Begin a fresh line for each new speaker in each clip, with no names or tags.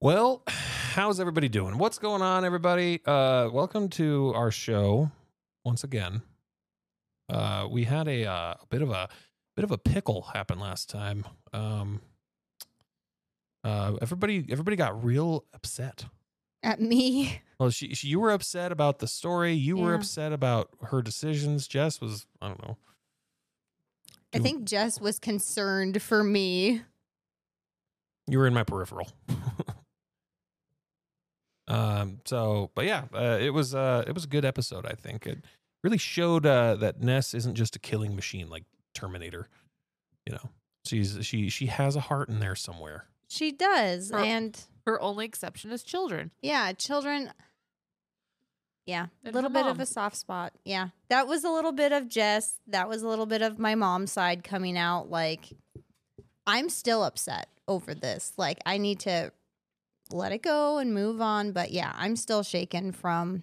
Well, how's everybody doing? What's going on, everybody? Uh, welcome to our show once again. Uh, we had a, uh, a bit of a bit of a pickle happen last time. Um, uh, everybody, everybody got real upset.
At me.
Well, she, she you were upset about the story. You were
Yeah.
upset about her decisions. Jess was, I don't know.
I
Do-
think Jess was concerned for me.
you were in my peripheral. um. So, but yeah, uh, it was uh, it was a good episode. I think it really showed uh, that Ness isn't just a killing machine like Terminator. You know, she's she she has a heart in there somewhere.
She does.
Her-
and
Her only exception is children.
yeah, children. Yeah, a
And
little
her
bit of
mom.
a soft spot. Yeah. That was a little bit of Jess. That was a little bit of my mom's side coming out. Like, I'm still upset over this. Like, I need to let it go and move on. But yeah, I'm still shaken from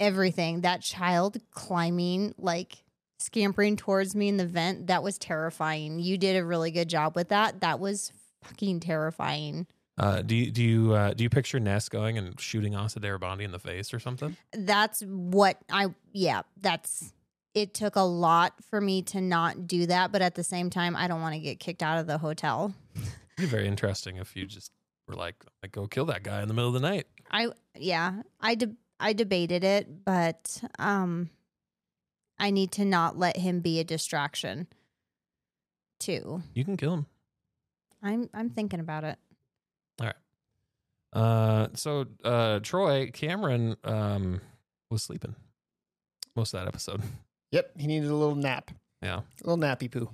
everything. That child climbing, like, scampering towards me in the vent, that was terrifying. You did a really good job with that. That was fucking terrifying.
Uh, do you do you uh, do you picture Ness going and shooting Asa Darabandi in the face or something?
that's what I yeah, that's it took a lot for me to not do that, but at the same time I don't want to get kicked out of the hotel.
It'd be very interesting if you just were like, like go kill that guy in the middle of the night.
I yeah, I de- I debated it, but um I need to not let him be a distraction too.
You can kill him.
I'm I'm thinking about it.
Uh, so uh, Troy Cameron um, was sleeping most of that episode.
Yep, he needed a little nap,
Yeah,
a little nappy poo.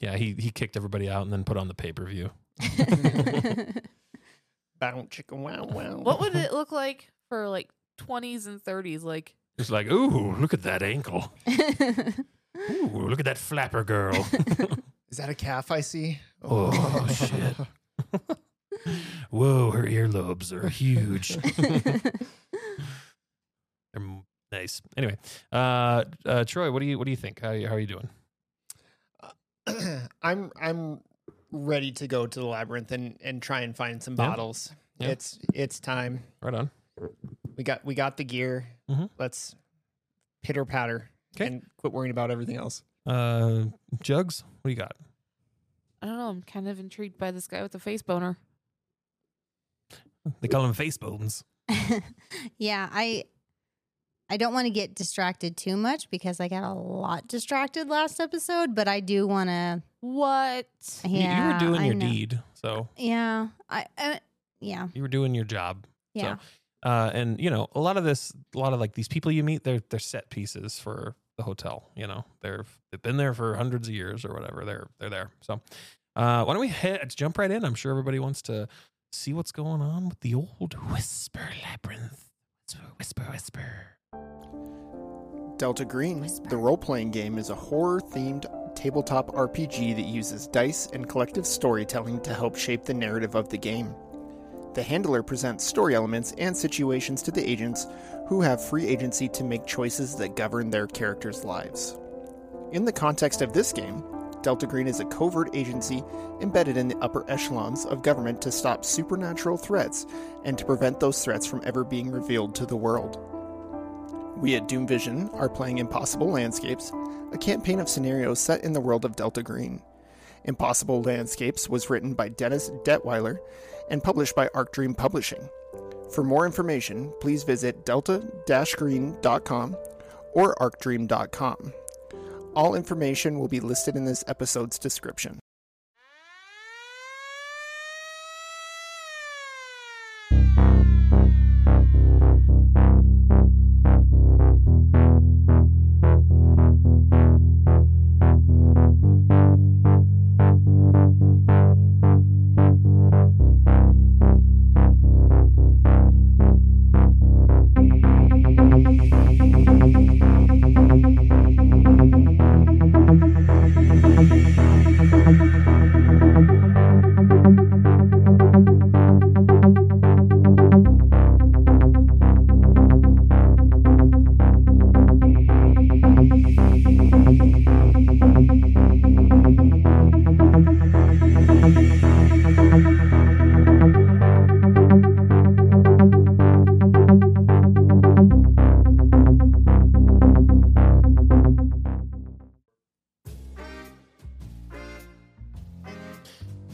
yeah. He he kicked everybody out and then put on the pay per view.
Bow chicken wow wow.
What would it look like for like 20s and 30s? Like,
It's like, ooh, look at that ankle. Ooh, look at that flapper girl.
is that a calf I see?
Oh, shit. Whoa, her earlobes are huge. They're m- nice. Anyway, uh, uh, Troy, what do you what do you think? How you- how are you doing?
I'm I'm ready to go to the labyrinth and, and try and find some
Yeah.
bottles.
Yeah.
It's it's time.
Right on.
We got we got the gear.
Mhm.
Let's pitter patter
'Kay.
and quit worrying about everything else.
Uh, Jugs, what do you got?
I don't know. I'm kind of intrigued by this guy with the face boner.
They call them face bones.
yeah, I I don't want to get distracted too much because I got a lot distracted last episode, but I do want to.
What?
You-
Yeah,
you, were doing
I
your
know.
deed, so
Yeah, I, I yeah
you were doing your job.
yeah.
Uh, and you know, a lot of this, a lot of like these people you meet, they're they're set pieces for the hotel. You know, they're they've been there for hundreds of years or whatever. They're they're there. So, uh, why don't we head, let's jump right in? I'm sure everybody wants to see what's going on with the old Whisper Labyrinth. Whisper, whisper, whisper.
Delta Green, the role playing game, is a horror themed tabletop RPG that uses dice and collective storytelling to help shape the narrative of the game. The handler presents story elements and situations to the agents who have free agency to make choices that govern their characters' lives. In the context of this game, Delta Green is a covert agency embedded in the upper echelons of government to stop supernatural threats and to prevent those threats from ever being revealed to the world. We at Doom Vision are playing Impossible Landscapes, a campaign of scenarios set in the world of Delta Green. Impossible Landscapes was written by Dennis Detweiler and published by Arc Dream Publishing. For more information, please visit delta-green.com or arcdream.com. All information will be listed in this episode's description.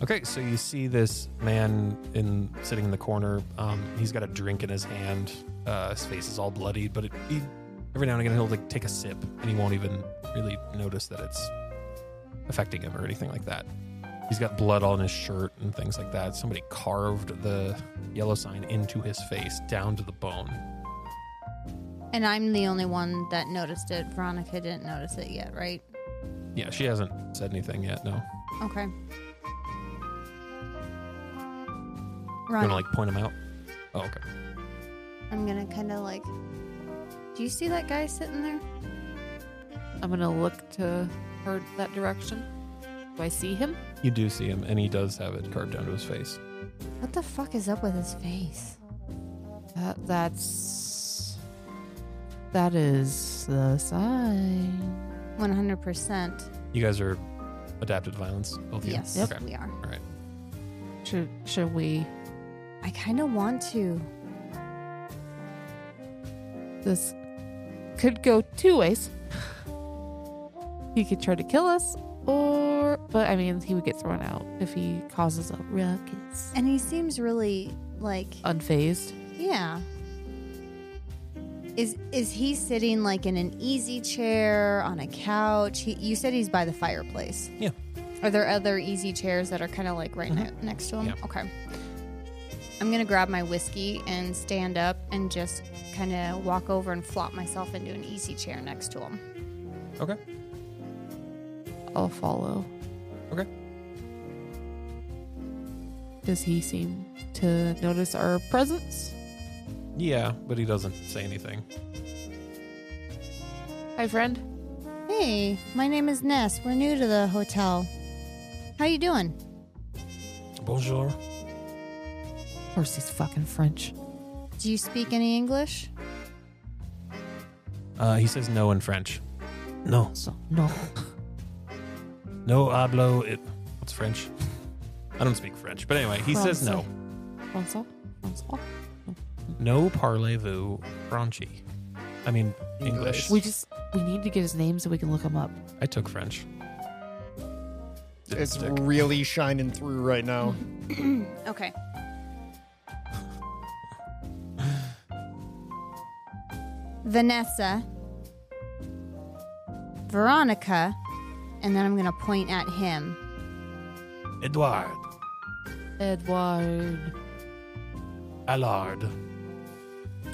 Okay, so you see this man in sitting in the corner. Um, he's got a drink in his hand. Uh, his face is all bloodied, but it, he, every now and again he'll like take a sip, and he won't even really notice that it's affecting him or anything like that. He's got blood on his shirt and things like that. Somebody carved the yellow sign into his face down to the bone.
And I'm the only one that noticed it. Veronica didn't notice it yet, right?
Yeah, she hasn't said anything yet. No,
Okay.
you
Ron,
want to like point him out? Oh, okay.
I'm gonna kind of like. Do you see that guy sitting there?
I'm gonna look to her that direction. Do I see him?
You do see him, and he does have it carved down to his face.
What the fuck is up with his face?
That Uh, that's that is the sign.
100%.
You guys are adapted to violence, both of you?
Yes,
Okay.
we are.
All right.
Should should we?
I kind of want to.
This could go two ways. he could try to kill us, or but I mean he would get thrown out if he causes a ruckus.
And he seems really like.
Unfazed.
Yeah. Is is he sitting like in an easy chair on a couch? He, you said he's by the fireplace.
Yeah.
Are there other easy chairs that are kind of like right ne- next to him?
Yeah.
Okay. I'm gonna grab my whiskey and stand up and just kind of walk over and flop myself into an easy chair next to him.
Okay.
I'll follow.
Okay.
Does he seem to notice our presence?
Yeah, but he doesn't say anything.
Hi, friend.
Hey, my name is Ness. We're new to the hotel. How you doing?
Bonjour.
Of course, he's fucking French.
Do you speak any English?
Uh, he says no in French. No.
So no.
No hablo it. What's French? I don't speak French. But anyway, he says no.
Francois? Francois?
No parlez-vous Franchi. I mean, English.
We just we need to get his name so we can look him up.
I took French. Didn't
It's
stick.
really shining through right now.
Okay. Vanessa, Veronica, and then I'm going to point at him.
Edouard.
Edward.
Allard.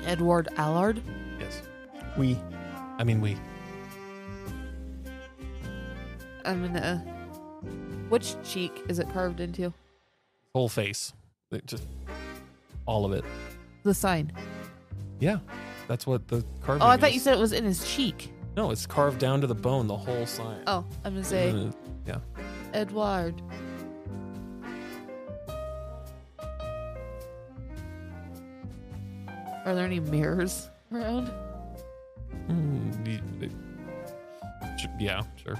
Edward Allard.
Yes.
We
I mean, we.
I'm gonna. uh, Which cheek is it carved into?
Whole face. It just all of it.
The sign.
Yeah. That's what the carving
Oh, I thought you
is.
said it was in his cheek.
No, it's carved down to the bone, the whole sign.
Oh, I'm gonna say
Uh, yeah.
Edward. Are there any mirrors around?
Mm, y- it- sh- yeah, sure.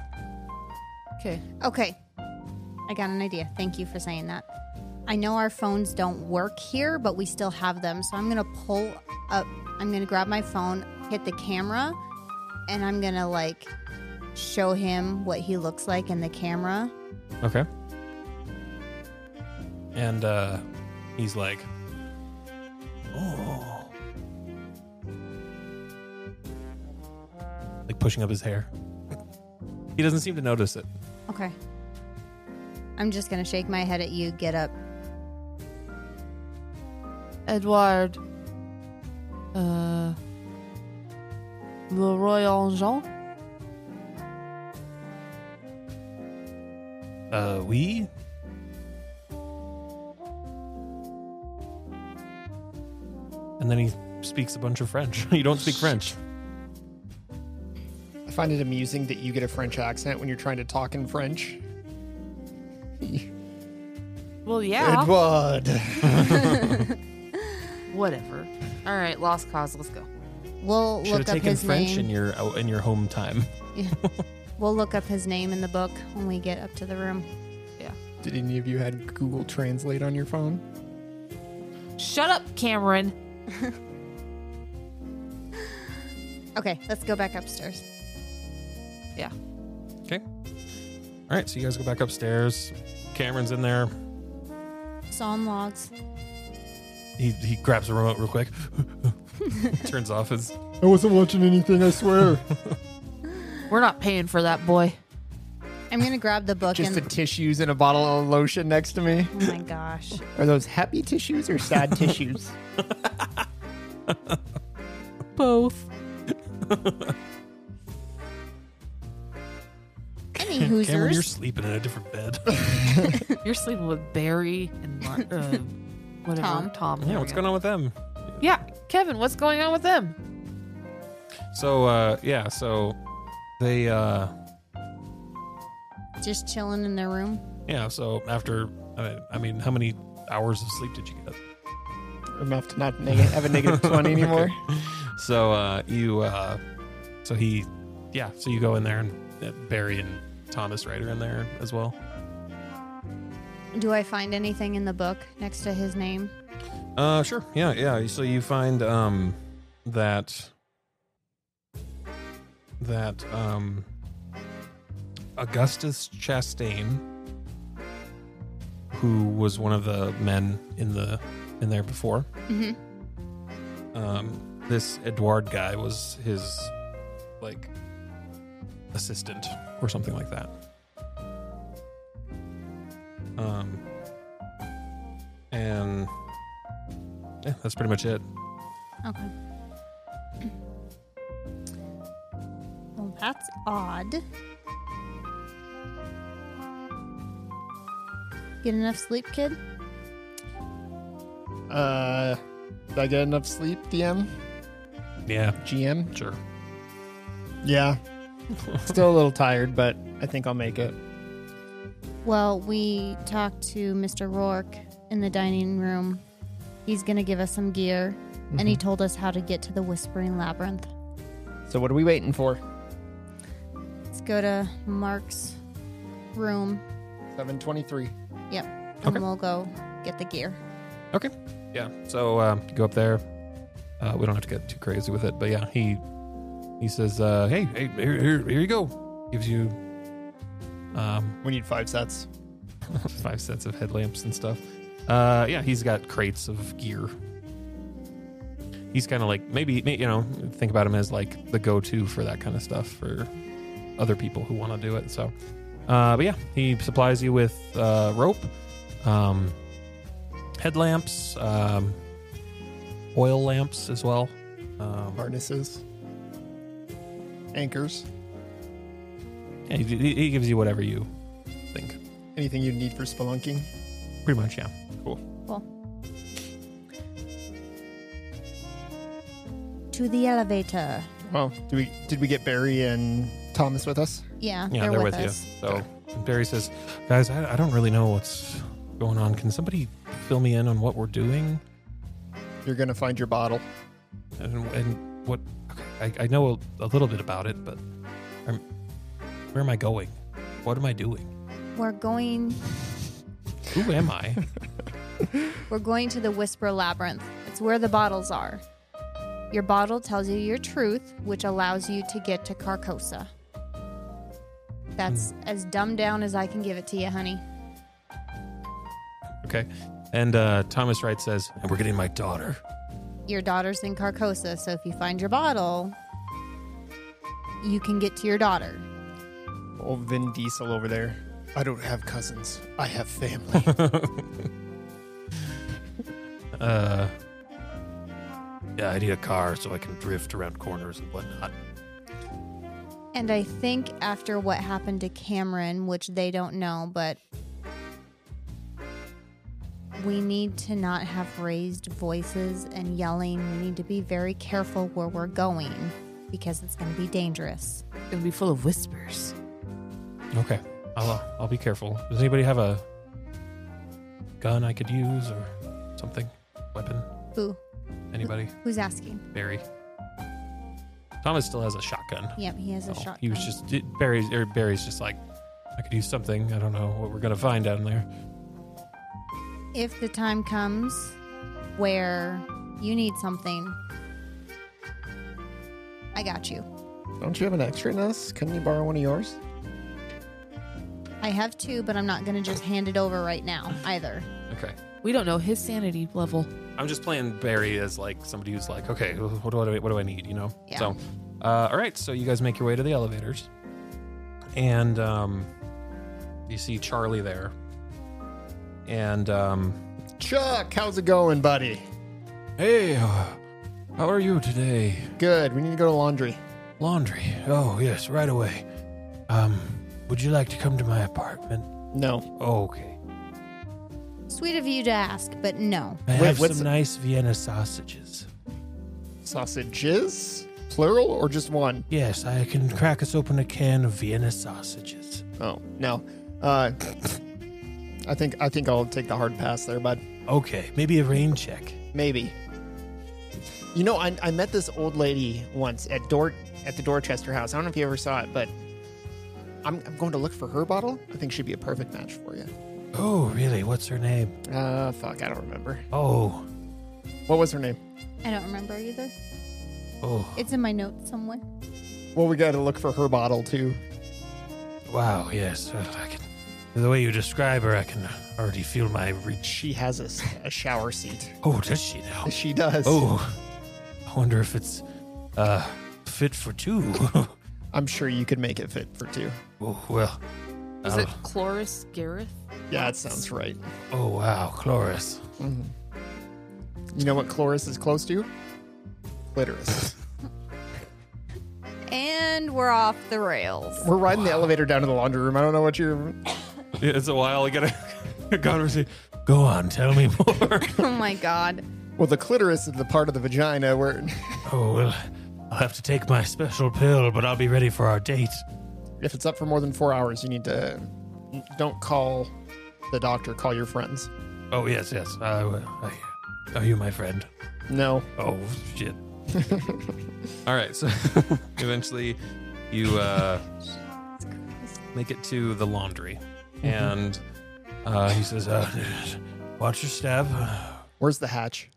Okay.
Okay. I got an idea. Thank you for saying that. I know our phones don't work here, but we still have them. So I'm going to pull up, I'm going to grab my phone, hit the camera, and I'm going to like show him what he looks like in the camera.
Okay. And uh, he's like, oh. Like pushing up his hair. He doesn't seem to notice it.
Okay. I'm just gonna shake my head at you. Get up.
Edward. Uh. Leroy Angeon?
Uh, we? And then he speaks a bunch of French. you don't speak French.
I find it amusing that you get a French accent when you're trying to talk in French.
Well, yeah.
Edward.
Whatever. All right, lost cause. Let's go.
We'll
Should have
look up
taken
his
French
name.
in your oh, in your home time.
We'll look up his name in the book when we get up to the room.
Did any of you had Google Translate on your phone?
Shut up, Cameron.
Okay, let's go back upstairs.
Yeah.
Okay. All right, so you guys go back upstairs. Cameron's in there.
Sawn logs.
He he grabs the remote real quick. Turns off his.
I wasn't watching anything, I swear.
We're not paying for that boy.
I'm gonna grab the book
Just the
and
tissues and a bottle of lotion next to me.
oh my gosh.
Are those happy tissues or sad tissues?
Both.
Any
Cameron, you're
hoosers?
sleeping in a different bed.
You're sleeping with Barry and Mar- uh, whatever.
Tom.
Tom.
yeah, what's going on with them?
on? Yeah, Kevin, what's going on with them?
So uh, yeah, so they uh,
Just chilling in their room.
yeah, so after I- I mean, how many hours of sleep did you get?
Enough to not neg- have a negative 20 anymore.
So uh, you, uh, so he, yeah. So you go in there, and uh, Barry and Thomas Wright are in there as well.
Do I find anything in the book next to his name?
Uh, sure. Yeah, yeah. So you find um that that um Augustus Chastain, who was one of the men in the in there before,
Mm-hmm.
um, this Edouard guy was his like assistant or something like that. Um, and yeah, that's pretty much it.
Okay. Well, that's odd. Get enough sleep, kid?
Uh, did I get enough sleep, DM?
Yeah,
GM?
sure.
Yeah. Still a little tired, but I think I'll make it.
Well, we talked to Mr. Rourke in the dining room. He's going to give us some gear, and he told us how to get to the Whispering Labyrinth.
So, what are we waiting for?
Let's go to Mark's room.
723.
Yep.
Okay.
And we'll go get the gear.
Okay. Yeah. So um, you go up there. Uh, we don't have to get too crazy with it, but yeah, he he says, uh, "Hey, hey, here, here, here you go." Gives you um,
We need five sets.
five sets of headlamps and stuff. Uh, yeah, he's got crates of gear. He's kind of like maybe may- you know think about him as like the go-to for that kind of stuff for other people who want to do it. So, uh, but yeah, he supplies you with uh, rope, um, headlamps, um, oil lamps as well. Um,
Harnesses. Anchors.
yeah, he, he he gives you whatever you think,
Anything you'd need for spelunking.
pretty much. Yeah.
To the elevator.
Well, do we did we get Barry and Thomas with us?
Yeah,
Yeah,
they're, with,
you.
us.
So Barry says, "Guys, I, I don't really know what's going on. Can somebody fill me in on what we're doing
You're gonna find your bottle.
and, and what? Okay, I, I know a, a little bit about it, but I'm, where am I going? What am I doing?
We're going
Who am I?
We're going to the Whisper Labyrinth. It's where the bottles are. Your bottle tells you your truth, which allows you to get to Carcosa. That's as dumbed down as I can give it to you, honey.
okay." And uh, Thomas Wright says, "And we're getting my daughter."
Your daughter's in Carcosa, so if you find your bottle, you can get to your daughter.
Old Vin Diesel over there. I don't have cousins. I have family.
Uh, yeah, I need a car so I can drift around corners and whatnot.
And I think after what happened to Cameron, which they don't know, but we need to not have raised voices and yelling. We need to be very careful where we're going because it's going to be dangerous.
It'll be full of whispers.
Okay, I'll uh, I'll be careful. Does anybody have a gun I could use or something? Weapon?
Who?
Anybody?
Who's asking?
Barry. Thomas still has a shotgun.
Yep, he has a
So
shotgun.
Oh, He was just it- Barry's. Or Barry's just like, I could use something. I don't know what we're gonna find down there.
If the time comes where you need something, I got you.
don't you have an extra in us? Couldn't you borrow one of yours?
I I have two, but I'm not going to just hand it over right now either.
Okay.
We don't know his sanity level.
I'm just playing Barry as like somebody who's like, okay, what do I what do I need? You know.
Yeah.
So, uh, all right. So you guys make your way to the elevators, and um, you see Charlie there, and um,
Chuck, how's it going, buddy?
hey, how are you today?
Good. We need to go to laundry.
Laundry. Oh yes, right away. Um, would you like to come to my apartment?
No.
Okay.
Sweet of you to ask, but no.
I
Wait,
have
what's
some
the-
nice Vienna sausages.
Sausages? Plural or just one?
Yes, I can crack us open a can of Vienna sausages.
Oh, no. Uh I think I think I'll take the hard pass there, bud.
Okay, maybe a rain check.
Maybe. You know, I, I met this old lady once at Dor at the Dorchester house. I don't know if you ever saw it, but I'm, I'm going to look for her bottle. I think she'd be a perfect match for you.
Oh, really? What's her name?
Uh, fuck, I don't remember.
Oh,
What was her name?
I don't remember either.
oh,
It's in my notes somewhere.
Well, we got to look for her bottle too.
wow, yes. uh, I can, the way you describe her, I can already feel my reach.
She has a, s- a shower seat.
Oh, does she now?
She does.
Oh, I wonder if it's uh, fit for two.
I'm sure you could make it fit for two.
oh, well.
Is
I
it
don't-
Cloris Gareth?
Yeah, that sounds right.
Oh, wow, Chloris.
You know what Chloris is close to? Clitoris.
And we're off the rails.
We're riding the elevator down to the laundry room. I don't know what you're.
It's a while. I got a conversation. Go on, tell me more.
Oh my god.
Well, the clitoris is the part of the vagina where.
oh, well, I'll have to take my special pill, but I'll be ready for our date.
if it's up for more than four hours, you need to don't call the doctor. Call your friends.
Oh, yes, yes. I, will. I, are you my friend?
No,
Oh shit! All right, so eventually you uh, make it to the laundry, and uh, he says, uh, "Watch your step."
where's the hatch?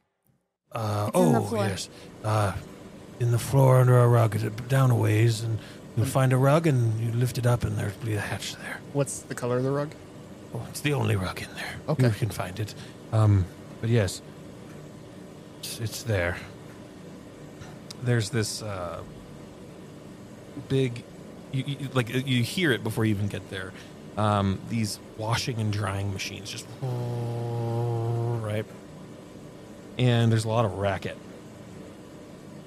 Uh,
It's in the
oh
floor.
yes, uh, in the floor under a rug, it- down a ways, and you'll
Mm.
find a rug, and you lift it up, and there'll be a hatch there.
What's the color of the rug?
Oh, it's the only rug in there.
Okay.
you can find it. Um, but yes, it's, it's there. There's this uh, big, you, you, like uh, you hear it before you even get there. Um, these washing and drying machines, just right. And there's a lot of racket,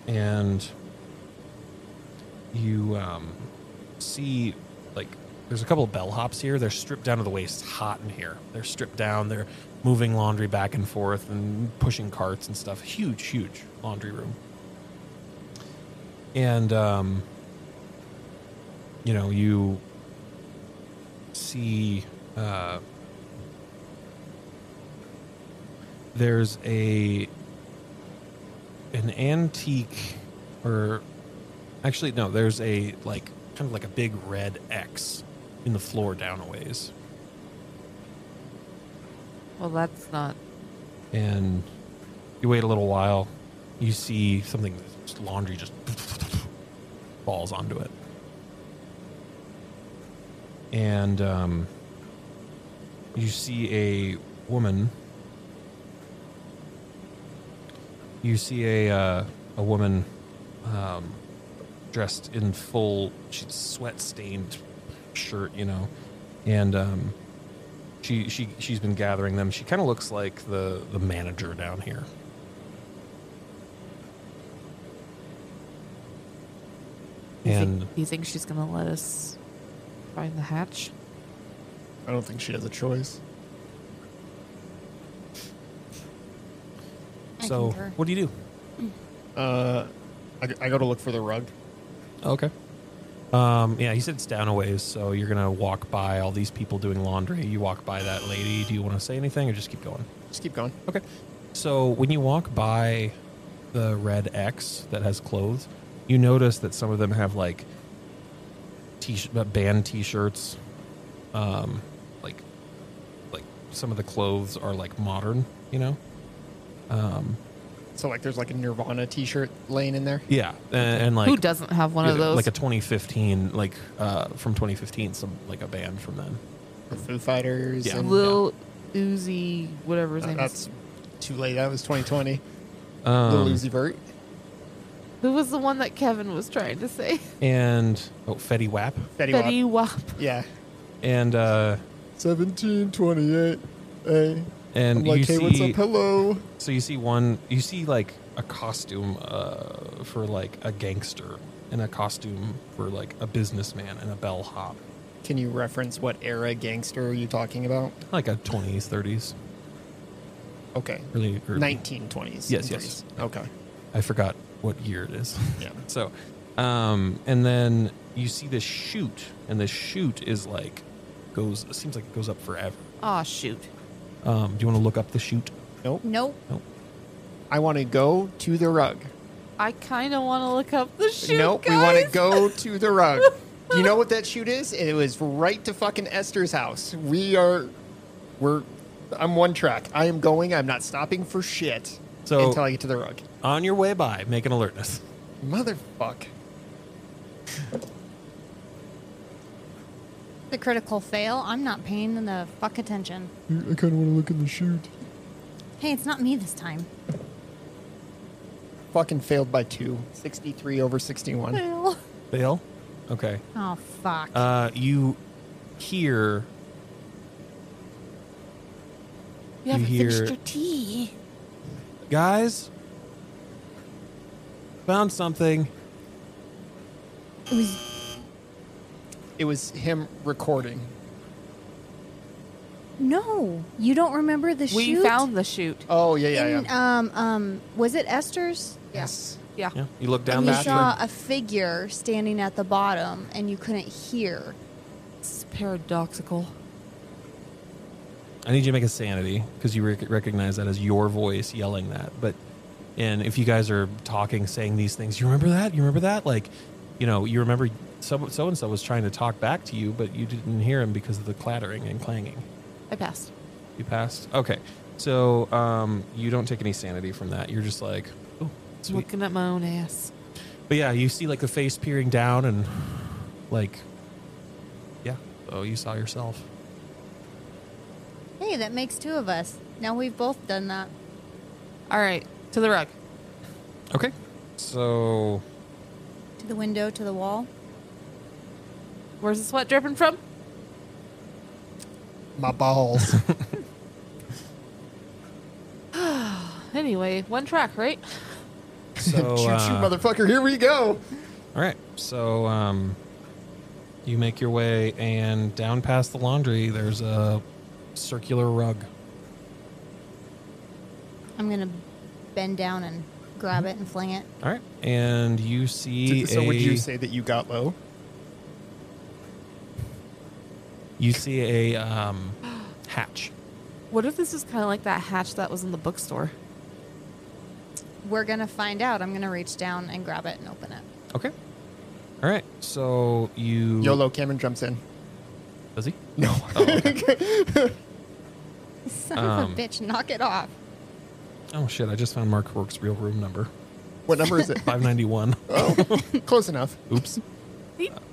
and you um, see like there's a couple of bellhops here. They're stripped down to the waist. It's hot in here. They're stripped down. They're moving laundry back and forth and pushing carts and stuff. Huge, huge laundry room. And um, you know you see uh, there's a an antique or Actually, no. There's a like kind of like a big red X in the floor down a ways,
Well, that's not.
and you wait a little while. You see something just laundry just falls onto it, and um, you see a woman. You see a uh, a woman um, dressed in full sweat stained shirt, you know, and um, she she she's been gathering them. She kind of looks like the the manager down here.
You
And
think, you think she's gonna let us find the hatch?
I don't think she has a choice.
I
so,
concur.
what do you do?
Uh, I, I go to look for the rug.
Okay. Um, yeah, he said it's down a ways, so you're gonna walk by all these people doing laundry. You walk by that lady. Do you want to say anything, or just keep going?
Just keep going.
Okay. So when you walk by the red X that has clothes, you notice that some of them have like t band t-shirts. Um, like like some of the clothes are like modern, you know. Um,
So like, there's like a Nirvana T-shirt laying in there.
yeah, and, and like
Who doesn't have one of
yeah,
those?
like a 2015, like uh, from 2015, some like a band from then.
the Foo Fighters.
Yeah.
and- Uh,
Lil Uzi, whatever his name is.
that's too late. That was 2020. Lil
Um,
Uzi Vert.
Who was the one that Kevin was trying to say?
and oh, Fetty Wap,
Fetty Wap.
Fetty Wap.
Yeah.
and uh,
1728. Hey.
and
I'm like,
you
hey, what's
see
up? Hello.
so you see one you see like a costume uh, for like a gangster and a costume for like a businessman and a bellhop,
Can you reference what era gangster are you talking about?
like a twenties thirties,
Okay.
really early.
1920s.
Yes,
and
yes.
30s. Okay.
I forgot what year it is.
Yeah.
So, um, and then you see this shoot, and this shoot is like goes. It seems like it goes up forever.
Aw, shoot.
Um, do you want to look up the shoot?
Nope.
Nope.
I want to go to the rug.
I kind of want to look up the shoot.
nope. We want to go to the rug. you know what that shoot is? It was right to fucking Esther's house. We are. We're. I'm one track. I am going. I'm not stopping for shit
So-
until I get to the rug.
On your way by, make an alertness.
Motherfuck.
The critical fail. I'm not paying them the fuck attention.
I kind of want to look in the chute.
Hey, it's not me this time.
Fucking failed by two. 63 over 61.
Fail.
Fail. Okay.
Oh fuck.
Uh, you hear.
You
You
haven't
hear-
finished your tea.
Guys, found something.
It was him recording.
no, you don't remember the
We
shoot.
found the shoot.
Oh, yeah, yeah,
in,
yeah.
Um, um, was it Esther's?
Yes.
Yeah.
Yeah. You look down
And you
that.
saw a figure standing at the bottom, and you couldn't hear.
It's paradoxical.
I need you to make a sanity because you rec- recognize that as your voice yelling that. But and if you guys are talking, saying these things, you remember that. You remember that. Like, you know, you remember so so and so was trying to talk back to you, but you didn't hear him because of the clattering and clanging.
I passed.
You passed. Okay, so um, you don't take any sanity from that. You're just like, oh,
Just
sweet.
looking at my own ass.
But yeah, you see like the face peering down and like, yeah. Oh, you saw yourself.
Hey, that makes two of us. Now we've both done that.
All right. To the rug.
Okay, so
To the window, to the wall.
Where's the sweat dripping from?
My balls.
Anyway, one track, right?
so
Choo choo,
uh,
motherfucker. Here we go.
All right. So um, you make your way, and down past the laundry, there's a circular rug.
I'm gonna bend down and
Mm-hmm.
grab it and fling it.
All right. And you see.
so, would
a-
you say that you got low?
you see a um, hatch.
What if this is kind of like that hatch that was in the bookstore?
We're gonna find out. I'm gonna reach down and grab it and open it.
Okay. All right. So you.
YOLO Cameron jumps in.
Does he?
No.
Oh, okay.
Son
Um,
of a bitch, knock it off.
oh shit! I just found Mark Rourke's real room number,
What number is it? Oh,
five ninety one.
Close enough.
Oops.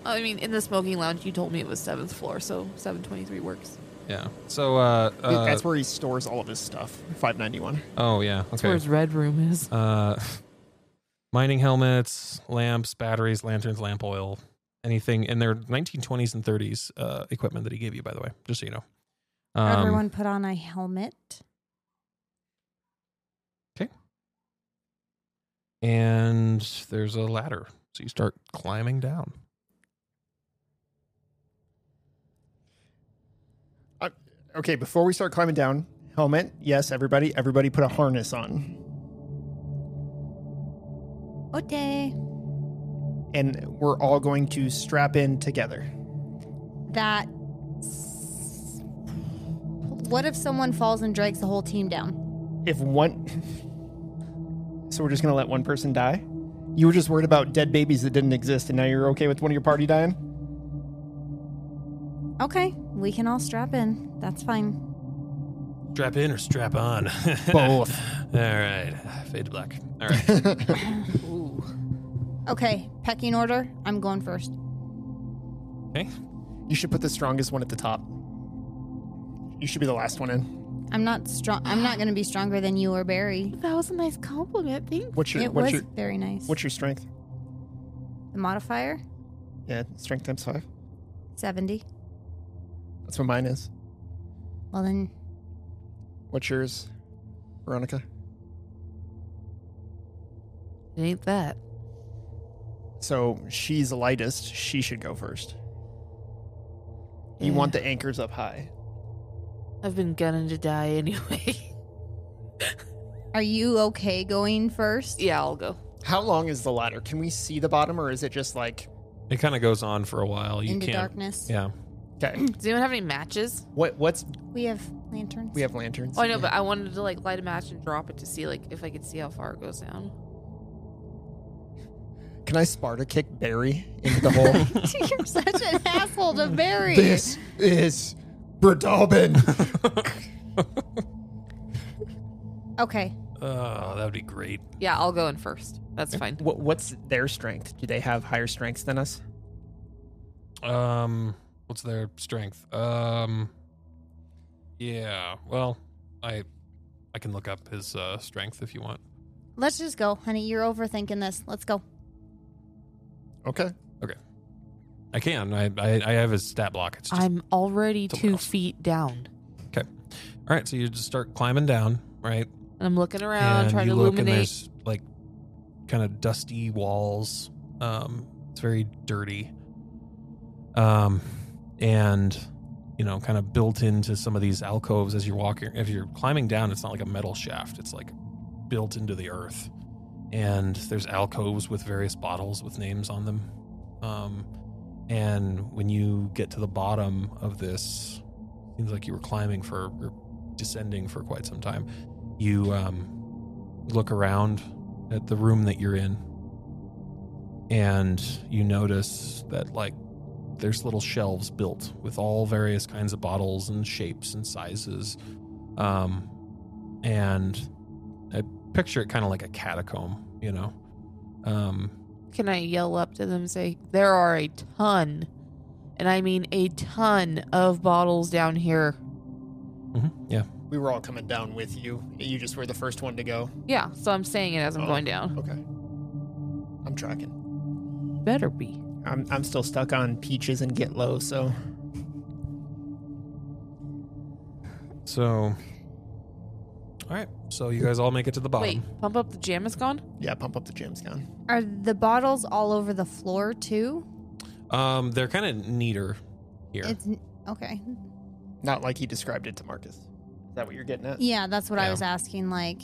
I mean, in the smoking lounge, you told me it was seventh floor, so 723 works.
Yeah. So. Uh, uh,
That's where he stores all of his stuff. 591.
oh yeah.
That's where
Okay.
his red room is.
uh, mining helmets, lamps, batteries, lanterns, lamp oil, anything. And they're 1920s and 30s uh, equipment that he gave you, by the way, just so you know. Um,
Everyone put on a helmet.
And there's a ladder. So you start climbing down.
Uh, okay, before we start climbing down, helmet. Yes, everybody. Everybody put a harness on.
Okay.
And we're all going to strap in together.
That. What if someone falls and drags the whole team down?
If one. so, we're just going to let one person die? You were just worried about dead babies that didn't exist, and now you're okay with one of your party dying?
Okay, we can all strap in. That's fine.
Strap in or strap on?
Both.
All right. Fade to black. All right.
Ooh.
Okay, pecking order. I'm going first.
okay.
you should put the strongest one at the top. You should be the last one in.
I'm not strong. I'm not going to be stronger than you or Barry.
That was a nice compliment. Thank you.
What's your
it
what's
was
your
very nice.
what's your strength?
the modifier?
Yeah, strength times five.
70.
That's what mine is.
Well, then
What's yours, Veronica?
It ain't that.
So she's lightest. She should go first.
Yeah.
You want the anchors up high.
I've been gunning to die anyway.
are you okay going first?
yeah, I'll go.
How long is the ladder? Can we see the bottom, or is it just like
It kind of goes on for a while. You
Into
can't.
darkness.
Yeah.
okay?
Does anyone have any matches?
What what's
We have lanterns.
we have lanterns?
Oh, I know, but I wanted to like light a match and drop it to see like if I could see how far it goes down.
Can I Sparta kick Barry into the hole?
You're such an asshole to Barry.
this is Bradobin.
Okay.
Oh, that would be great.
Yeah, I'll go in first. That's fine.
what, what's their strength? Do they have higher strengths than us?
Um, what's their strength? Um, yeah. Well, I I can look up his uh, strength if you want.
Let's just go, honey. You're overthinking this. Let's go.
Okay.
I can. I I, I have his stat block. It's just
I'm already
Someone
two
else.
feet down,
all right. So you just start climbing down, right?
and I'm looking around trying to
and
illuminate.
there's like kind of dusty walls. Um, it's very dirty. Um, and you know, kind of built into some of these alcoves as you're walking. If you're climbing down, it's not like a metal shaft. It's like built into the earth. And there's alcoves with various bottles with names on them. Um, and when you get to the bottom of this, seems like you were climbing for or descending for quite some time. You um, look around at the room that you're in, and you notice that like there's little shelves built with all various kinds of bottles and shapes and sizes, um, and I picture it kind of like a catacomb, you know. Um,
Can I yell up to them and say there are a ton, and I mean a ton of bottles down here?
mhm, yeah.
We were all coming down with you. You just were the first one to go.
Yeah, so I'm saying it as I'm
Oh.
going down.
Okay. I'm tracking.
Better be.
I'm I'm still stuck on peaches and get low, so
So, all right. So you guys all make it to the bottom.
Wait, pump up the jam is gone.
yeah, pump up the gym's gone.
Are the bottles all over the floor too?
Um, they're kind of neater here.
It's okay.
Not like he described it to Marcus. Is that what you're getting at?
Yeah, that's what I
Yeah.
was asking. Like,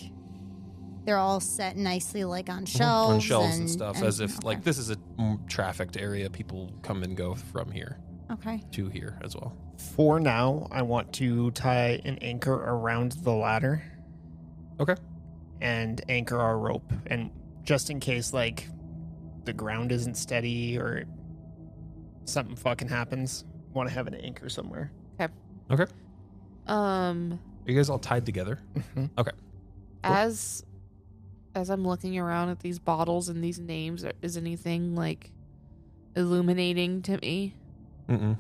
they're all set nicely, like on
Mhm.
shelves,
on shelves and, stuff, as if like
okay.
this is a mm, trafficked area. People come and go from here
Okay,
to here as well.
For now, I want to tie an anchor around the ladder.
Okay.
And anchor our rope. And just in case, like, the ground isn't steady or something fucking happens, want to have an anchor somewhere.
Um,
Are you guys all tied together?
Mm-hmm.
as as I'm looking around at these bottles and these names, is anything like illuminating to me?
Mm-mm.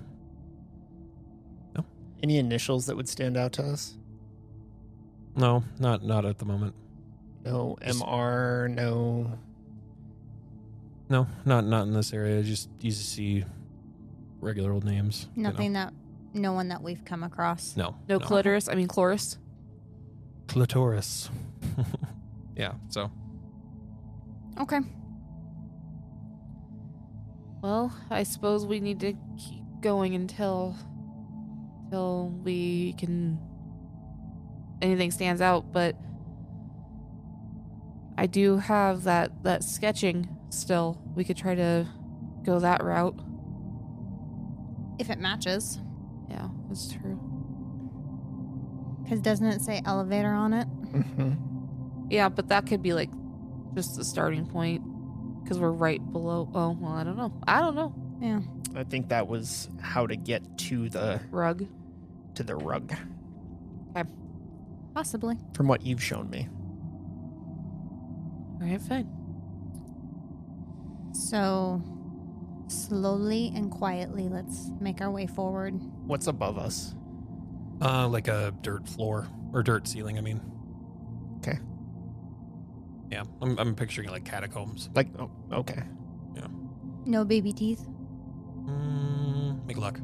Any initials that would stand out to us?
No, not not at the moment.
No MR, no.
No, not not in this area. Just you just see regular old names. you know?
nothing that, no one that we've come across.
No, clitoris. I mean, chloris.
clitoris. yeah. So
Okay,
Well, I suppose we need to keep going until until we can anything stands out, but I do have that that sketching still. We could try to go that route.
if it matches,
Yeah, that's true.
because doesn't it say elevator on it?
Mhm.
Yeah, but that could be like just the starting point because we're right below. Oh, well, I don't know. I don't know.
Yeah.
I think that was how to get to the
Rug.
to the rug
Possibly.
from what you've shown me.
All right, fine.
So, slowly and quietly, let's make our way forward.
What's above us?
Uh, like a dirt floor or dirt ceiling. I mean.
Okay.
Yeah, I'm, I'm picturing like catacombs.
Like, oh, okay.
No baby teeth.
Mm, make luck.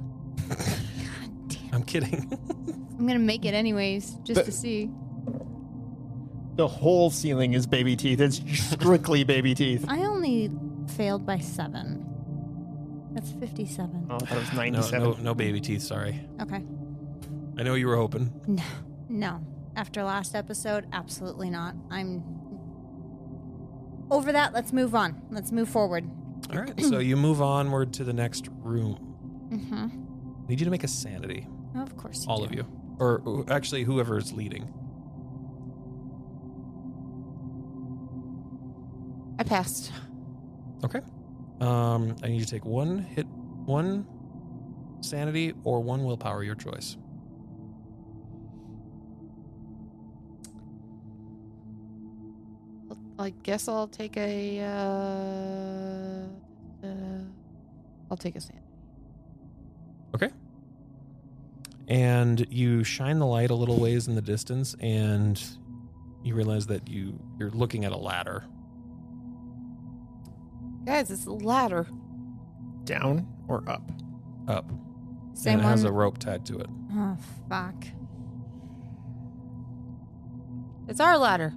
God damn.
I'm kidding.
I'm gonna make it anyways, just
But-
to see.
The whole ceiling is baby teeth. It's strictly baby teeth.
I only failed by seven. That's 57.
Oh, I thought it was
no,
97.
no, no baby teeth. Sorry.
Okay.
I know you were hoping.
No. No. After last episode, absolutely not. I'm over that. Let's move on. Let's move forward.
All right. so you move onward to the next room.
Mm-hmm. Oh,
I need you to make a sanity,
Of course.
all of you, or who- actually whoever is leading.
I passed.
Okay. Um, I need you to take one hit, one sanity or one willpower, your choice.
I guess I'll take a. Uh, uh, I'll take a sand.
and you shine the light a little ways in the distance and you realize that you you're looking at a ladder
Guys, it's a ladder.
Down or up?
up
Same
and it has a
one.
rope tied to it
Oh fuck.
It's our ladder.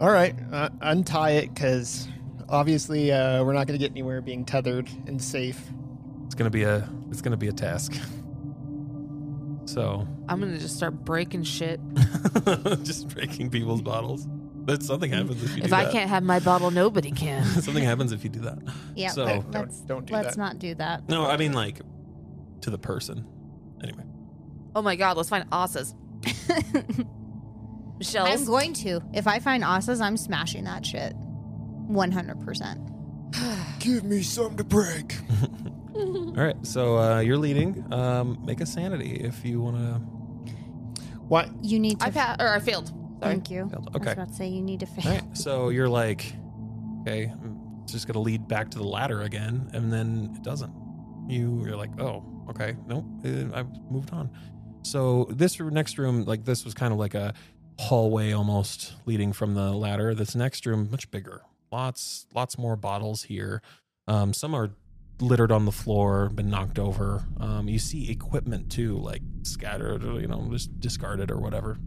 All right, uh, untie it because obviously uh, we're not going to get anywhere being tethered and safe.
it's gonna be a it's gonna be a task so
I'm gonna just start breaking shit.
just breaking people's bottles but something happens if you
If
do
I
that.
can't have my bottle, nobody can.
something happens if you do that
Yeah.
So-
let-
Don't-
let's
don't do
let's
that.
not do that.
no i mean like to the person anyway
Oh my god, let's find Asa's.
I'm
Michelle's.
going to. If I find Asa's, I'm smashing that shit. 100%.
Give me something to break.
all right so uh, you're leading um, make a sanity if you want to
What?
You need to.
I passed, or I failed. Sorry.
Thank you. I was
okay
about to say you need to fail.
All right. So you're like, okay, I'm just gonna lead back to the ladder again, and then it doesn't. You you're like, oh, okay, nope, uh, I've moved on. So this r- next room, like this, was kind of like a hallway almost leading from the ladder. This next room, much bigger. Lots lots more bottles here. Um, some are littered on the floor, been knocked over. Um, you see equipment too, like scattered, or, you know, just discarded or whatever.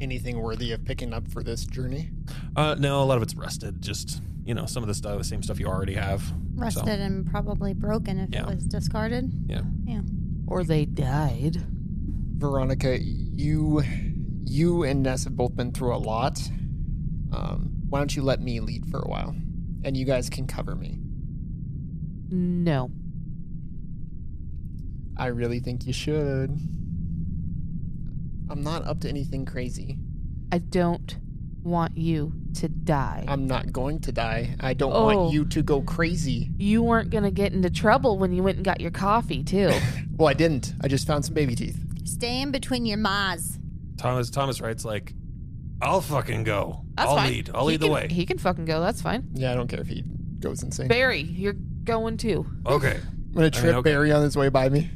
Anything worthy of picking up for this journey?
Uh, no, a lot of it's rusted. Just you know, some of the stuff, the same stuff you already have.
Rusted and probably broken if
Yeah.
it was discarded.
Yeah.
Yeah.
Or they died.
Veronica, you, you and Ness have both been through a lot. Um, why don't you let me lead for a while, and you guys can cover me.
No.
I really think you should. I'm not up to anything crazy.
I don't want you to die.
I'm not going to die. I don't
Oh.
want you to go crazy.
you weren't gonna get into trouble when you went and got your coffee too.
Well, I didn't. I just found some baby teeth.
Stay in between your ma's.
Thomas Thomas writes like, "I'll fucking go.
That's
I'll
fine.
lead. I'll
He
lead
can-
the way."
He can fucking go. That's fine.
Yeah, I don't care if he goes insane.
Barry, you're going too.
Okay.
I'm gonna trip
okay.
Barry on his way by me.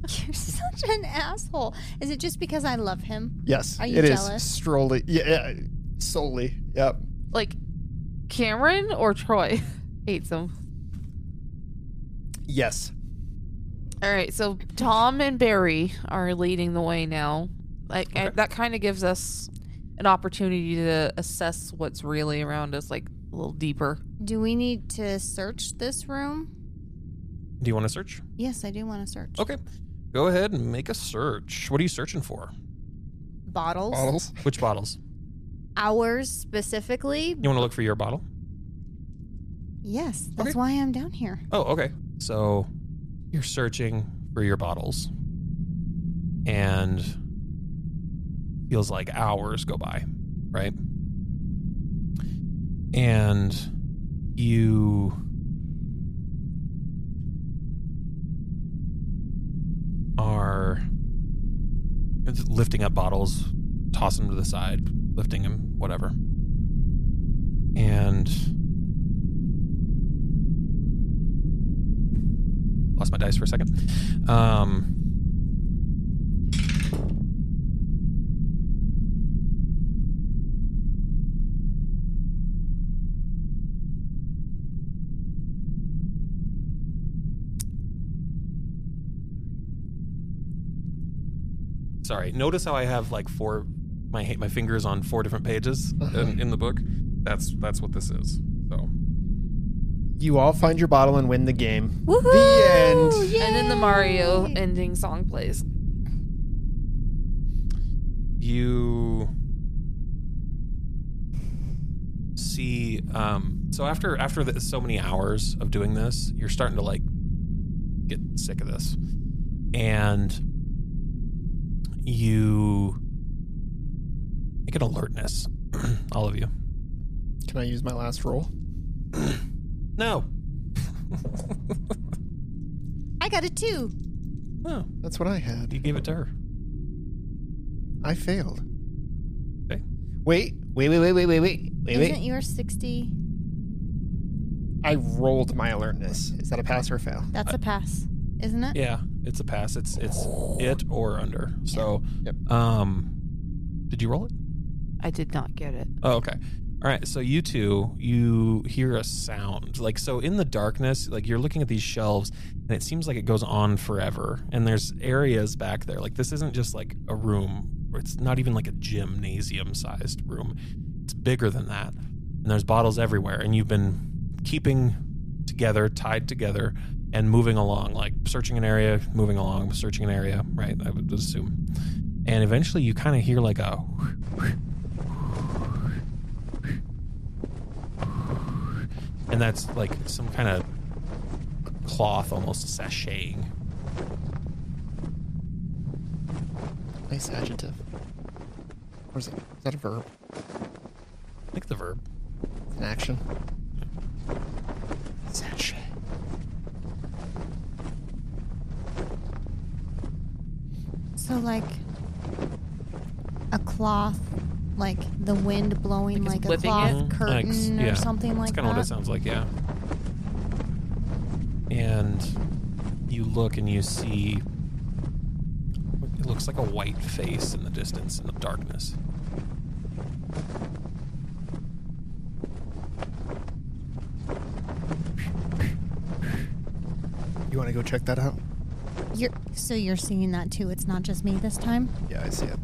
You're such an asshole. Is it just because I love him?
Yes,
Are you
it is
jealous?
strolly. Yeah, yeah, solely. Yep.
Like Cameron or Troy hates him.
Yes.
All right, so Tom and Barry are leading the way now. Like and that kind of gives us an opportunity to assess what's really around us, like a little deeper.
Do we need to search this room?
Do you want to search?
Yes, I do want to search.
Okay. Go ahead and make a search. What are you searching for?
Bottles.
Bottles.
Which bottles?
Ours specifically.
You want to look for your bottle?
Yes, that's
Okay.
why I'm down here.
Oh, okay. So you're searching for your bottles, and feels like hours go by, right? And you are lifting up bottles, tossing them to the side, lifting them, whatever. And lost my dice for a second. Um, sorry. Notice how I have like four my my fingers on four different pages in, in the book. That's that's what this is. So
You all find your bottle and win the game.
Woohoo!
The end.
And then the Mario ending song plays.
you see um so after after the, so many hours of doing this you're starting to like get sick of this and you make an alertness all of you
Can I use my last roll?
no
I got a two.
no
That's what I had.
Oh, you gave it to her
I failed.
Okay.
Wait, wait, wait, wait, wait, wait, wait, wait,
Isn't
wait.
yours sixty?
I rolled my alertness. Is that a pass or a fail?
That's a pass, isn't it?
Uh, yeah it's a pass it's it's it or under so
Yeah.
um did you roll it
I did not get it.
Oh, okay. All right. So you two, you hear a sound. Like so in the darkness, like you're looking at these shelves and it seems like it goes on forever. And there's areas back there. Like this isn't just like a room. or It's not even like a gymnasium sized room. It's bigger than that. And there's bottles everywhere. And you've been keeping together, tied together, and moving along, like searching an area, moving along, searching an area, right? I would assume. And eventually you kind of hear like a and that's like some kind of cloth almost sashaying.
Nice adjective. Or is, it, is that a verb?
I think the verb.
It's an action. Sachet.
So like a cloth, like the wind blowing
Like
like,
it's
a
whipping
Mhm. Like,
cloth
it?
curtain or
yeah.
something like
That's kind of what it
that.
sounds like, yeah. And you look and you see it looks like a white face in the distance in the darkness.
You want to go check that out?
You're, so you're seeing that too. It's not just me this time.
Yeah, I see it.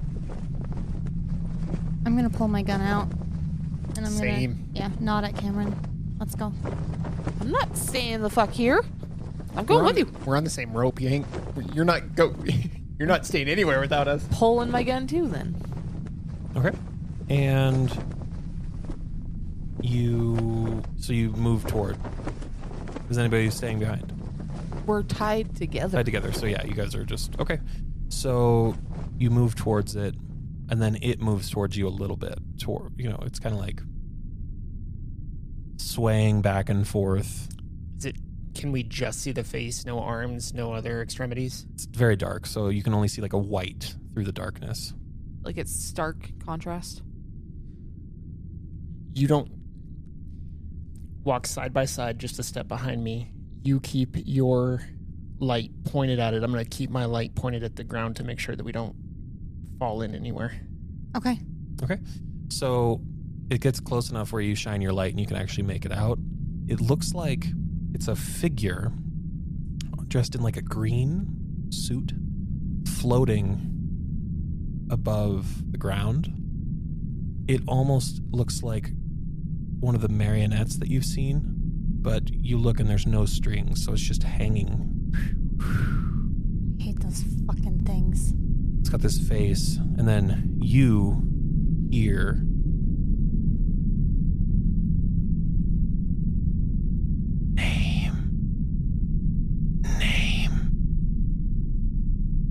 I'm gonna pull my gun out, and I'm
Same.
gonna yeah nod at Cameron. Let's go.
I'm not staying the fuck here. I'm going
we're on,
with you.
We're on the same rope. You ain't. You're not go. You're not staying anywhere without us.
Pulling my gun too then.
Okay. And you so you move toward. Is anybody staying behind?
We're tied together.
tied together. So yeah, you guys are just okay. So you move towards it, and then it moves towards you a little bit. Toward you know, it's kind of like swaying back and forth.
Is it? Can we just see the face? No arms. No other extremities.
It's very dark, so you can only see like a white through the darkness.
Like it's stark contrast.
You don't walk side by side. Just a step behind me. You keep your light pointed at it. I'm gonna keep my light pointed at the ground to make sure that we don't fall in anywhere.
Okay.
Okay. So it gets close enough where you shine your light and you can actually make it out. It looks like it's a figure dressed in like a green suit floating above the ground. It almost looks like one of the marionettes that you've seen, but you look and there's no strings, so it's just hanging.
I hate those fucking things.
It's got this face, and then you hear Name. Name.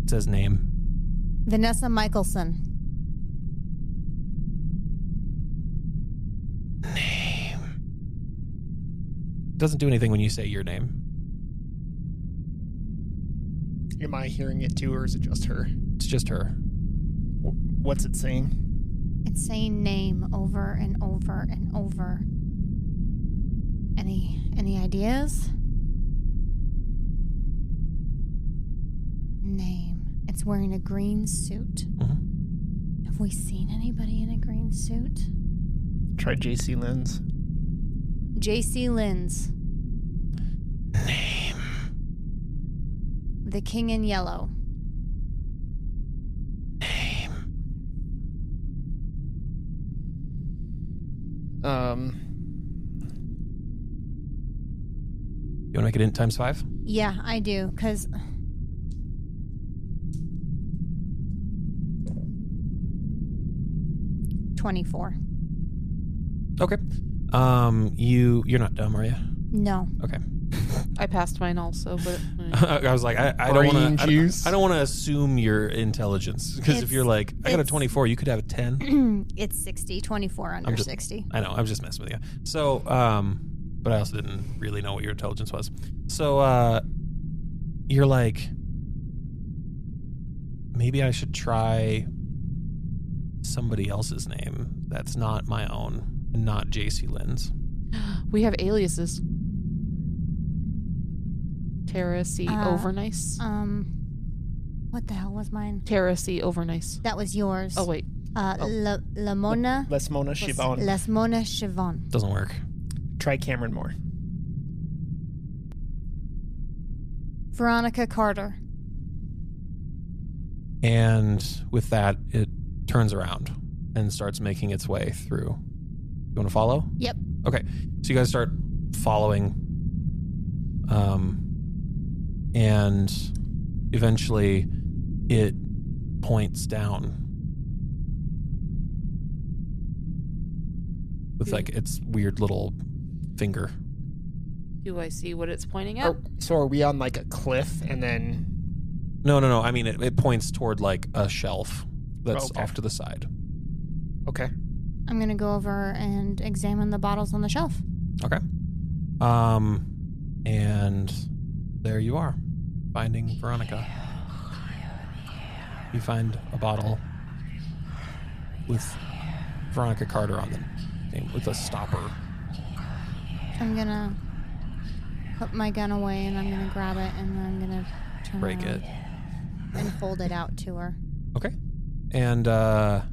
It says name.
Vanessa Michelson.
It doesn't do anything when you say your name.
Am I hearing it too, or is it just her?
It's just her.
Wh- What's it saying?
It's saying name over and over and over. Any any ideas? name. It's wearing a green suit.
Mhm.
Have we seen anybody in a green suit?
Try JC Lens.
J.C. Lynn's.
Name.
The King in Yellow.
Name.
Um,
You want to make it in times five?
Yeah, I do, because. Twenty-four.
Okay. Um, you you're not dumb, are you?
No.
Okay.
I passed mine also, but mm.
I was like, I, I don't
Brain
want to.
juice.
I don't want to assume your intelligence because if
It's-
you're like, I got a
it's-
24, you could have a 10.
it's 60, 24 under
just-
60.
I know. I'm just messing with you. So, um, but I also didn't really know what your intelligence was. So, uh, you're like, maybe I should try somebody else's name that's not my own and not JC Lynn's.
we have aliases. Tara C.
Uh,
Overnice.
Um, what the hell was mine?
Tara C. Overnice.
That was yours.
Oh wait,
Uh,
oh.
La, Lamona,
Lesmona Shivon.
Lasmona Siobhan.
Doesn't work.
Try Cameron Moore.
Veronica Carter.
And with that, it turns around and starts making its way through. You want to follow?
Yep.
Okay. So you guys start following. Um, and eventually it points down with like its weird little finger.
do I see what it's pointing at?
Are- Oh, so are we on like a cliff and then
No, no, no. I mean, it, it points toward like a shelf that's
Okay.
off to the side.
okay.
I'm going to go over and examine the bottles on the shelf.
Okay. Um, and there you are, finding Veronica. You find a bottle with Veronica Carter on the name with a stopper.
I'm going to put my gun away and I'm going to grab it and I'm going to turn
Break
around
it.
and hold it out to her.
Okay. And uh,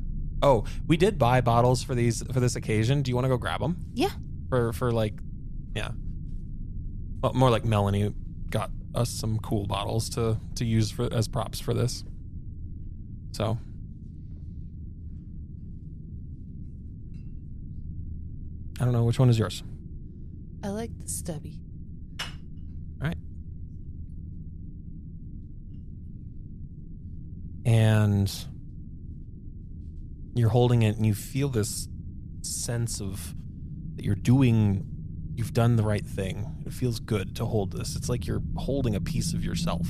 oh, we did buy bottles for these for this occasion. Do you want to go grab them?
Yeah.
For for like, yeah. Well, more like Melanie got us some cool bottles to to use for as props for this. So I don't know which one is yours.
I like the stubby.
and you're holding it and you feel this sense of that you're doing you've done the right thing it feels good to hold this it's like you're holding a piece of yourself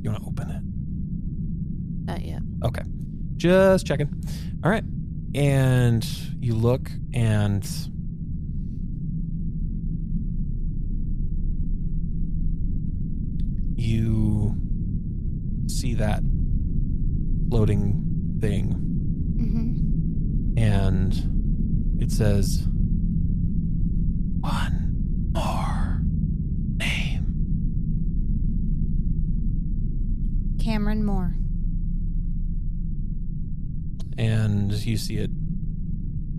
you want to open it
Not yet.
Okay. Just checking. All right. And you look and you see that floating thing
Mm-hmm.
and it says one more name.
Cameron Moore.
and you see it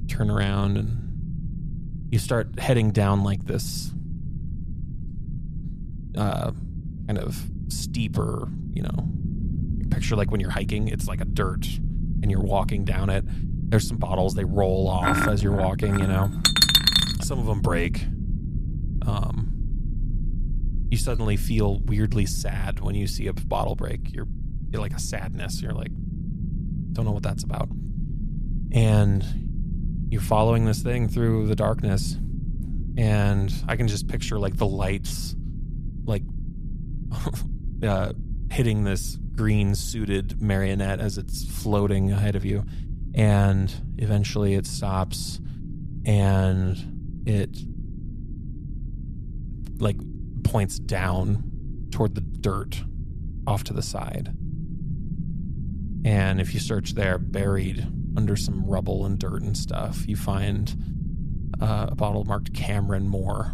turn around and you start heading down like this uh kind of steeper you know picture like when you're hiking it's like a dirt and you're walking down it there's some bottles they roll off as you're walking you know some of them break um you suddenly feel weirdly sad when you see a bottle break you're you're like a sadness you're like don't know what that's about. And you're following this thing through the darkness, and I can just picture like the lights, like uh, hitting this green suited marionette as it's floating ahead of you. And eventually it stops and it like points down toward the dirt off to the side. And if you search there, buried under some rubble and dirt and stuff, you find uh, a bottle marked Cameron Moore.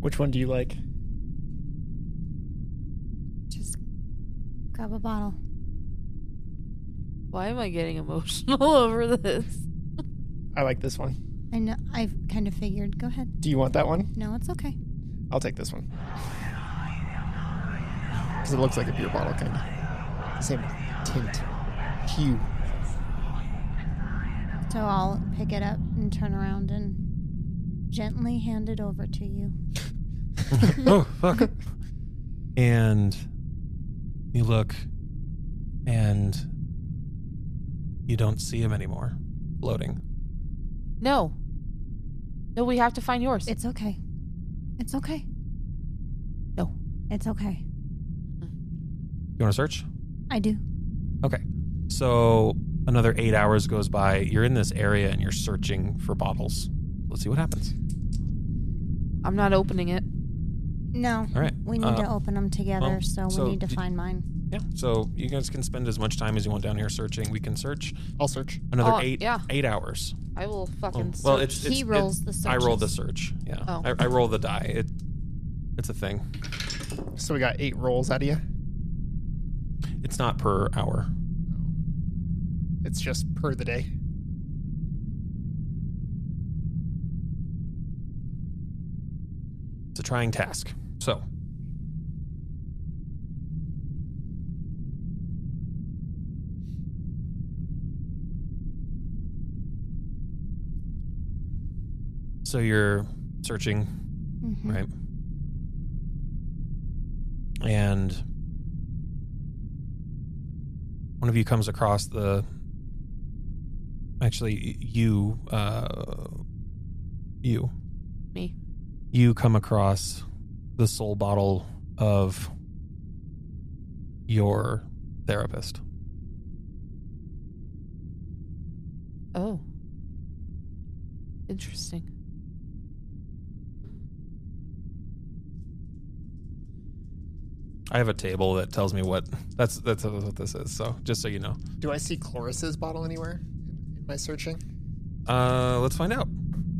Which one do you like?
Just grab a bottle.
Why am I getting emotional over this?
I like this one.
I know. I kind of figured. Go ahead.
Do you want that one?
No, it's okay.
I'll take this one. Because it looks like a beer bottle, kind of. Same tint, hue.
So I'll pick it up and turn around and gently hand it over to you.
oh fuck and you look and you don't see him anymore floating
No. No, we have to find yours.
It's okay. It's okay.
No.
It's okay.
you want to search
I do.
so another eight hours goes by you're in this area and you're searching for bottles let's see what happens
I'm not opening it.
No.
all right
We need
uh,
to open them together,
well,
so we
so
need to
did-
find mine.
yeah so you guys can spend as much time as you want down here searching we can search
I'll search.
another
Oh,
eight
yeah.
eight hours
I will
Oh,
fucking.
well
search.
it's, it's
he
it-
rolls the search.
i roll the search yeah
Oh.
I, I roll the die it it's a thing
So we got eight rolls out of you.
it's not per hour
It's just per the day.
It's a trying task. So. So you're searching,
Mhm.
right? And one of you comes across the. Actually, y- you, uh, you,
me.
you come across the soul bottle of your therapist.
Oh. Interesting.
I have a table that tells me what that's that's what this is. So just so you know,
Do I see Chloris's bottle anywhere in, in my searching?
uh, let's find out.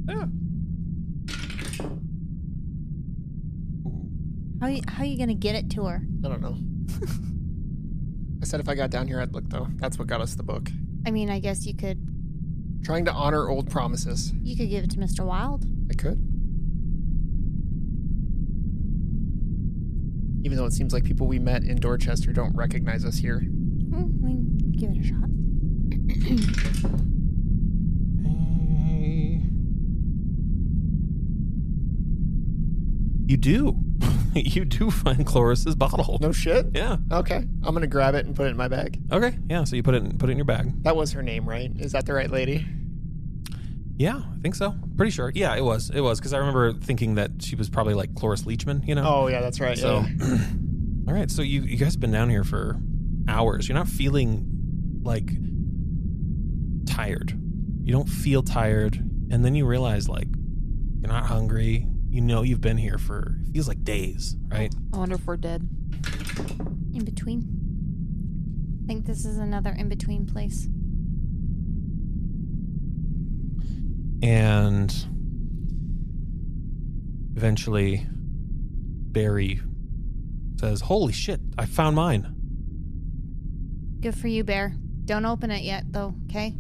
Yeah,
How you, how you gonna get it to her?
I don't know. I said if I got down here, I'd look though. That's what got us the book.
I mean, I guess you could
Trying to honor old promises.
you could give it to Mr. Wild.
I could. Even though it seems like people we met in Dorchester don't recognize us here.
Mm, we can give it a shot.
you do, you do find Chloris's bottle.
No shit.
Yeah.
Okay, I'm gonna grab it and put it in my bag.
Okay. Yeah. So you put it in, put it in your bag.
That was her name, right? Is that the right lady?
Yeah, I think so. Pretty sure. Yeah, it was. It was because I remember thinking that she was probably like Cloris Leachman. You know.
Oh yeah, that's right.
So,
yeah.
all right. So you you guys have been down here for hours. You're not feeling like tired. You don't feel tired, and then you realize like you're not hungry. You know you've been here for it feels like days, right?
I wonder if we're dead.
In between. I think this is another in between place.
And eventually, Barry says, "Holy shit! I found mine."
Good for you, Bear. Don't open it yet, though. Okay.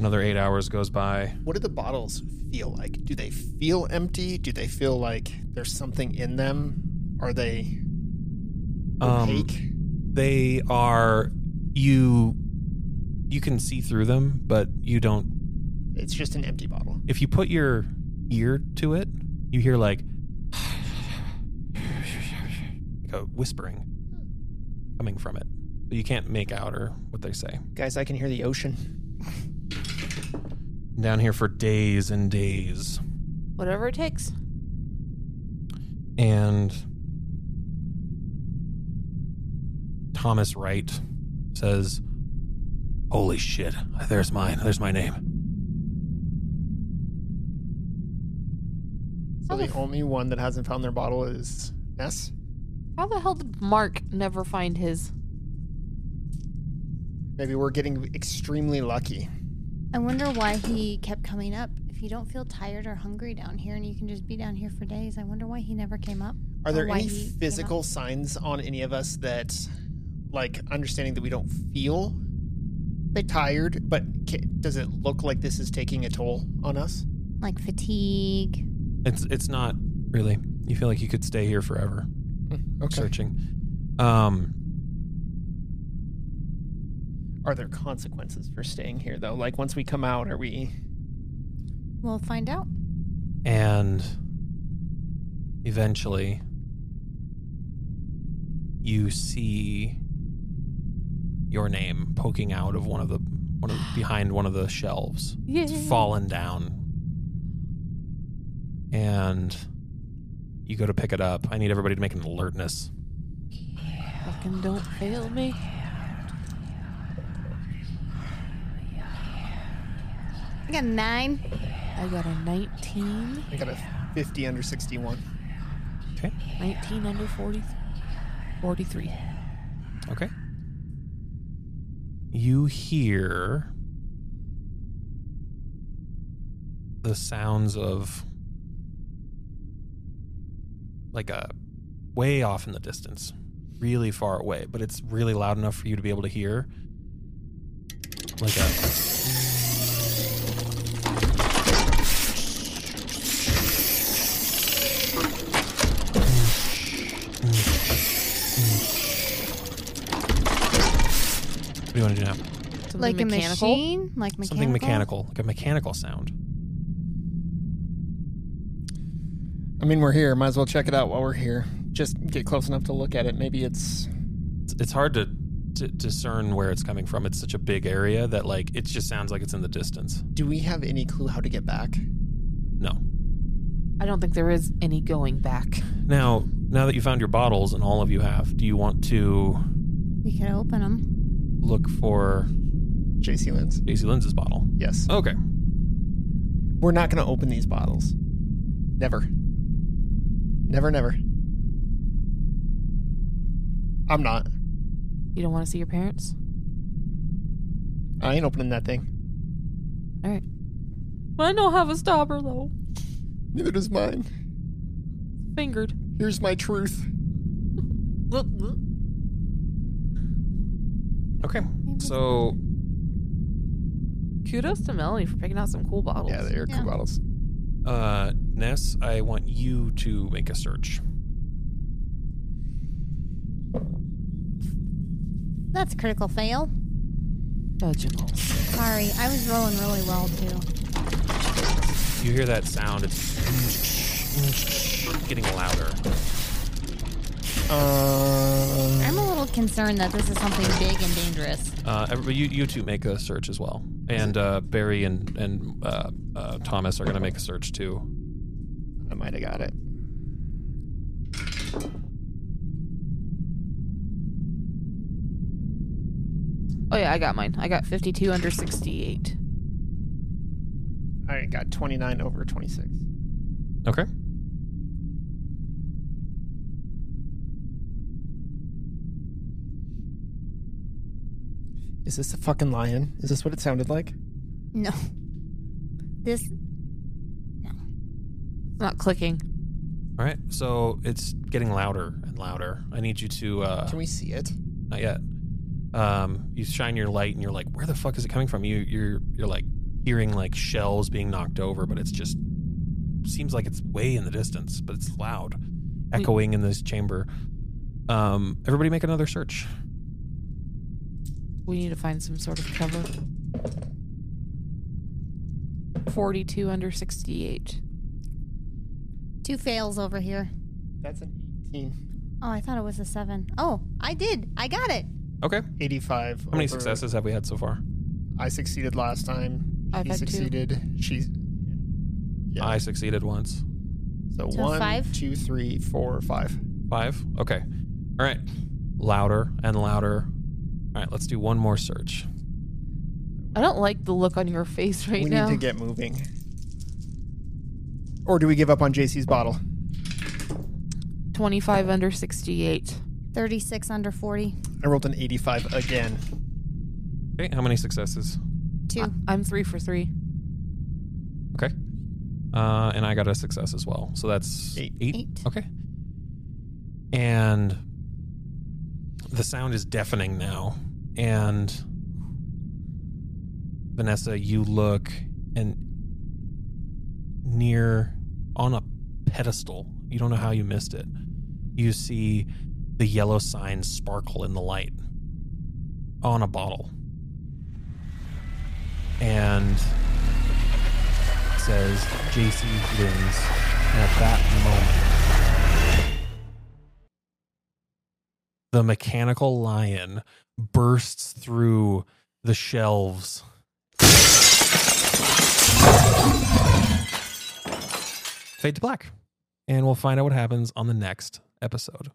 Another eight hours goes by.
What do the bottles feel like? Do they feel empty? Do they feel like there's something in them? Are they
Um,
opaque?
they are you you can see through them but you don't
it's just an empty bottle.
if you put your ear to it you hear like like a whispering coming from it but you can't make out or what they say
Guys, I can hear the ocean.
down here for days and days
Whatever it takes.
and Thomas Wright says, "Holy shit! There's mine. There's my name."
So
How the
the
f-
only one that hasn't found their bottle is Ness.
How the hell did Mark never find his?
Maybe we're getting extremely lucky.
I wonder why he kept coming up. If you don't feel tired or hungry down here and you can just be down here for days, I wonder why he never came up.
Are
or
there
why
any
he came up.
physical signs on any of us that, like, understanding that we don't feel
But-
tired, but ca does it look like this is taking a toll on us?
Like fatigue.
It's it's not really. You feel like you could stay here forever searching. Um,
Are there consequences for staying here, though? Like, once we come out, are we.
We'll find out.
and eventually you see your name poking out of one of the one of, behind one of the shelves.
Yeah.
It's fallen down. And you go to pick it up. I need everybody to make an alertness.
Fucking don't fail me.
I got nine.
I got a 19,
I got a 50 under 61.
19 under 40, 43.
Okay. You hear the sounds of like a way off in the distance, really far away, but it's really loud enough for you to be able to hear. Like a what do you want to do now?
Something
Like
mechanical.
a machine? Like mechanical?
Something mechanical, like a mechanical sound.
I mean, we're here. Might as well check it out while we're here. Just get close enough to look at it. Maybe it's.
It's, it's hard to, to discern where it's coming from. It's such a big area that like it just sounds like it's in the distance.
Do we have any clue how to get back?
No.
I don't think there is any going back.
Now, now that you found your bottles and all of you have, do you want to
We could open them.
look for
JC Lens?
JC Lindsay's bottle?
Yes.
Okay.
We're not going to open these bottles. Never. Never, never. I'm not.
You don't want to see your parents?
I ain't opening that thing.
All right. Mine don't have a stopper though.
Neither does mine.
Fingered.
Here's my truth.
Okay. So
Kudos to Melanie for picking out some cool bottles.
Yeah, they are cool
Yeah.
bottles.
uh Ness, I want you to make a search.
That's a critical fail.
Oh, Fudgicles.
Sorry, I was rolling really well too.
You hear that sound, it's getting louder.
Uh,
I'm a little concerned that this is something big and dangerous.
Uh, everybody, you, you two make a search as well, and uh, Barry and and uh, uh, Thomas are gonna make a search too.
I might have got it.
Oh yeah, I got mine. I got 52 under 68.
I got 29 over 26.
Okay.
Is this a fucking lion? Is this what it sounded like?
No. This
It's not clicking.
All right. So it's getting louder and louder. I need you to uh,
Can we see it?
not yet. Um, you shine your light and you're like, where the fuck is it coming from? You you're you're like hearing like shells being knocked over, but it's just seems like it's way in the distance, but it's loud, echoing in this chamber. Um, everybody make another search.
We need to find some sort of cover. 42 under 68.
two fails over here.
That's an 18.
Oh, I thought it was a seven. Oh, I did. I got it.
Okay. How
85. How
many successes have we had so far?
I succeeded last time.
I've
he
had two.
succeeded. She's. Yeah.
I succeeded once.
So
So
one,
five?
two, three, four, five.
Five? Okay. All right. Louder and louder. All right, let's do one more search.
I don't like the look on your face right
we
now.
need to get moving. Or do we give up on JC's bottle?
25 under 68.
36 under 40.
I rolled an 85 again.
Okay, how many successes?
two.
I, am three for three.
Uh, and I got a success as well. So that's
Eight.
Eight.
Okay. And the sound is deafening now. And Vanessa, you look and near on a pedestal. You don't know how you missed it. You see the yellow sign sparkle in the light on a bottle. And says JC wins. And at that moment, the mechanical lion bursts through the shelves. Fade to black. And we'll find out what happens on the next episode.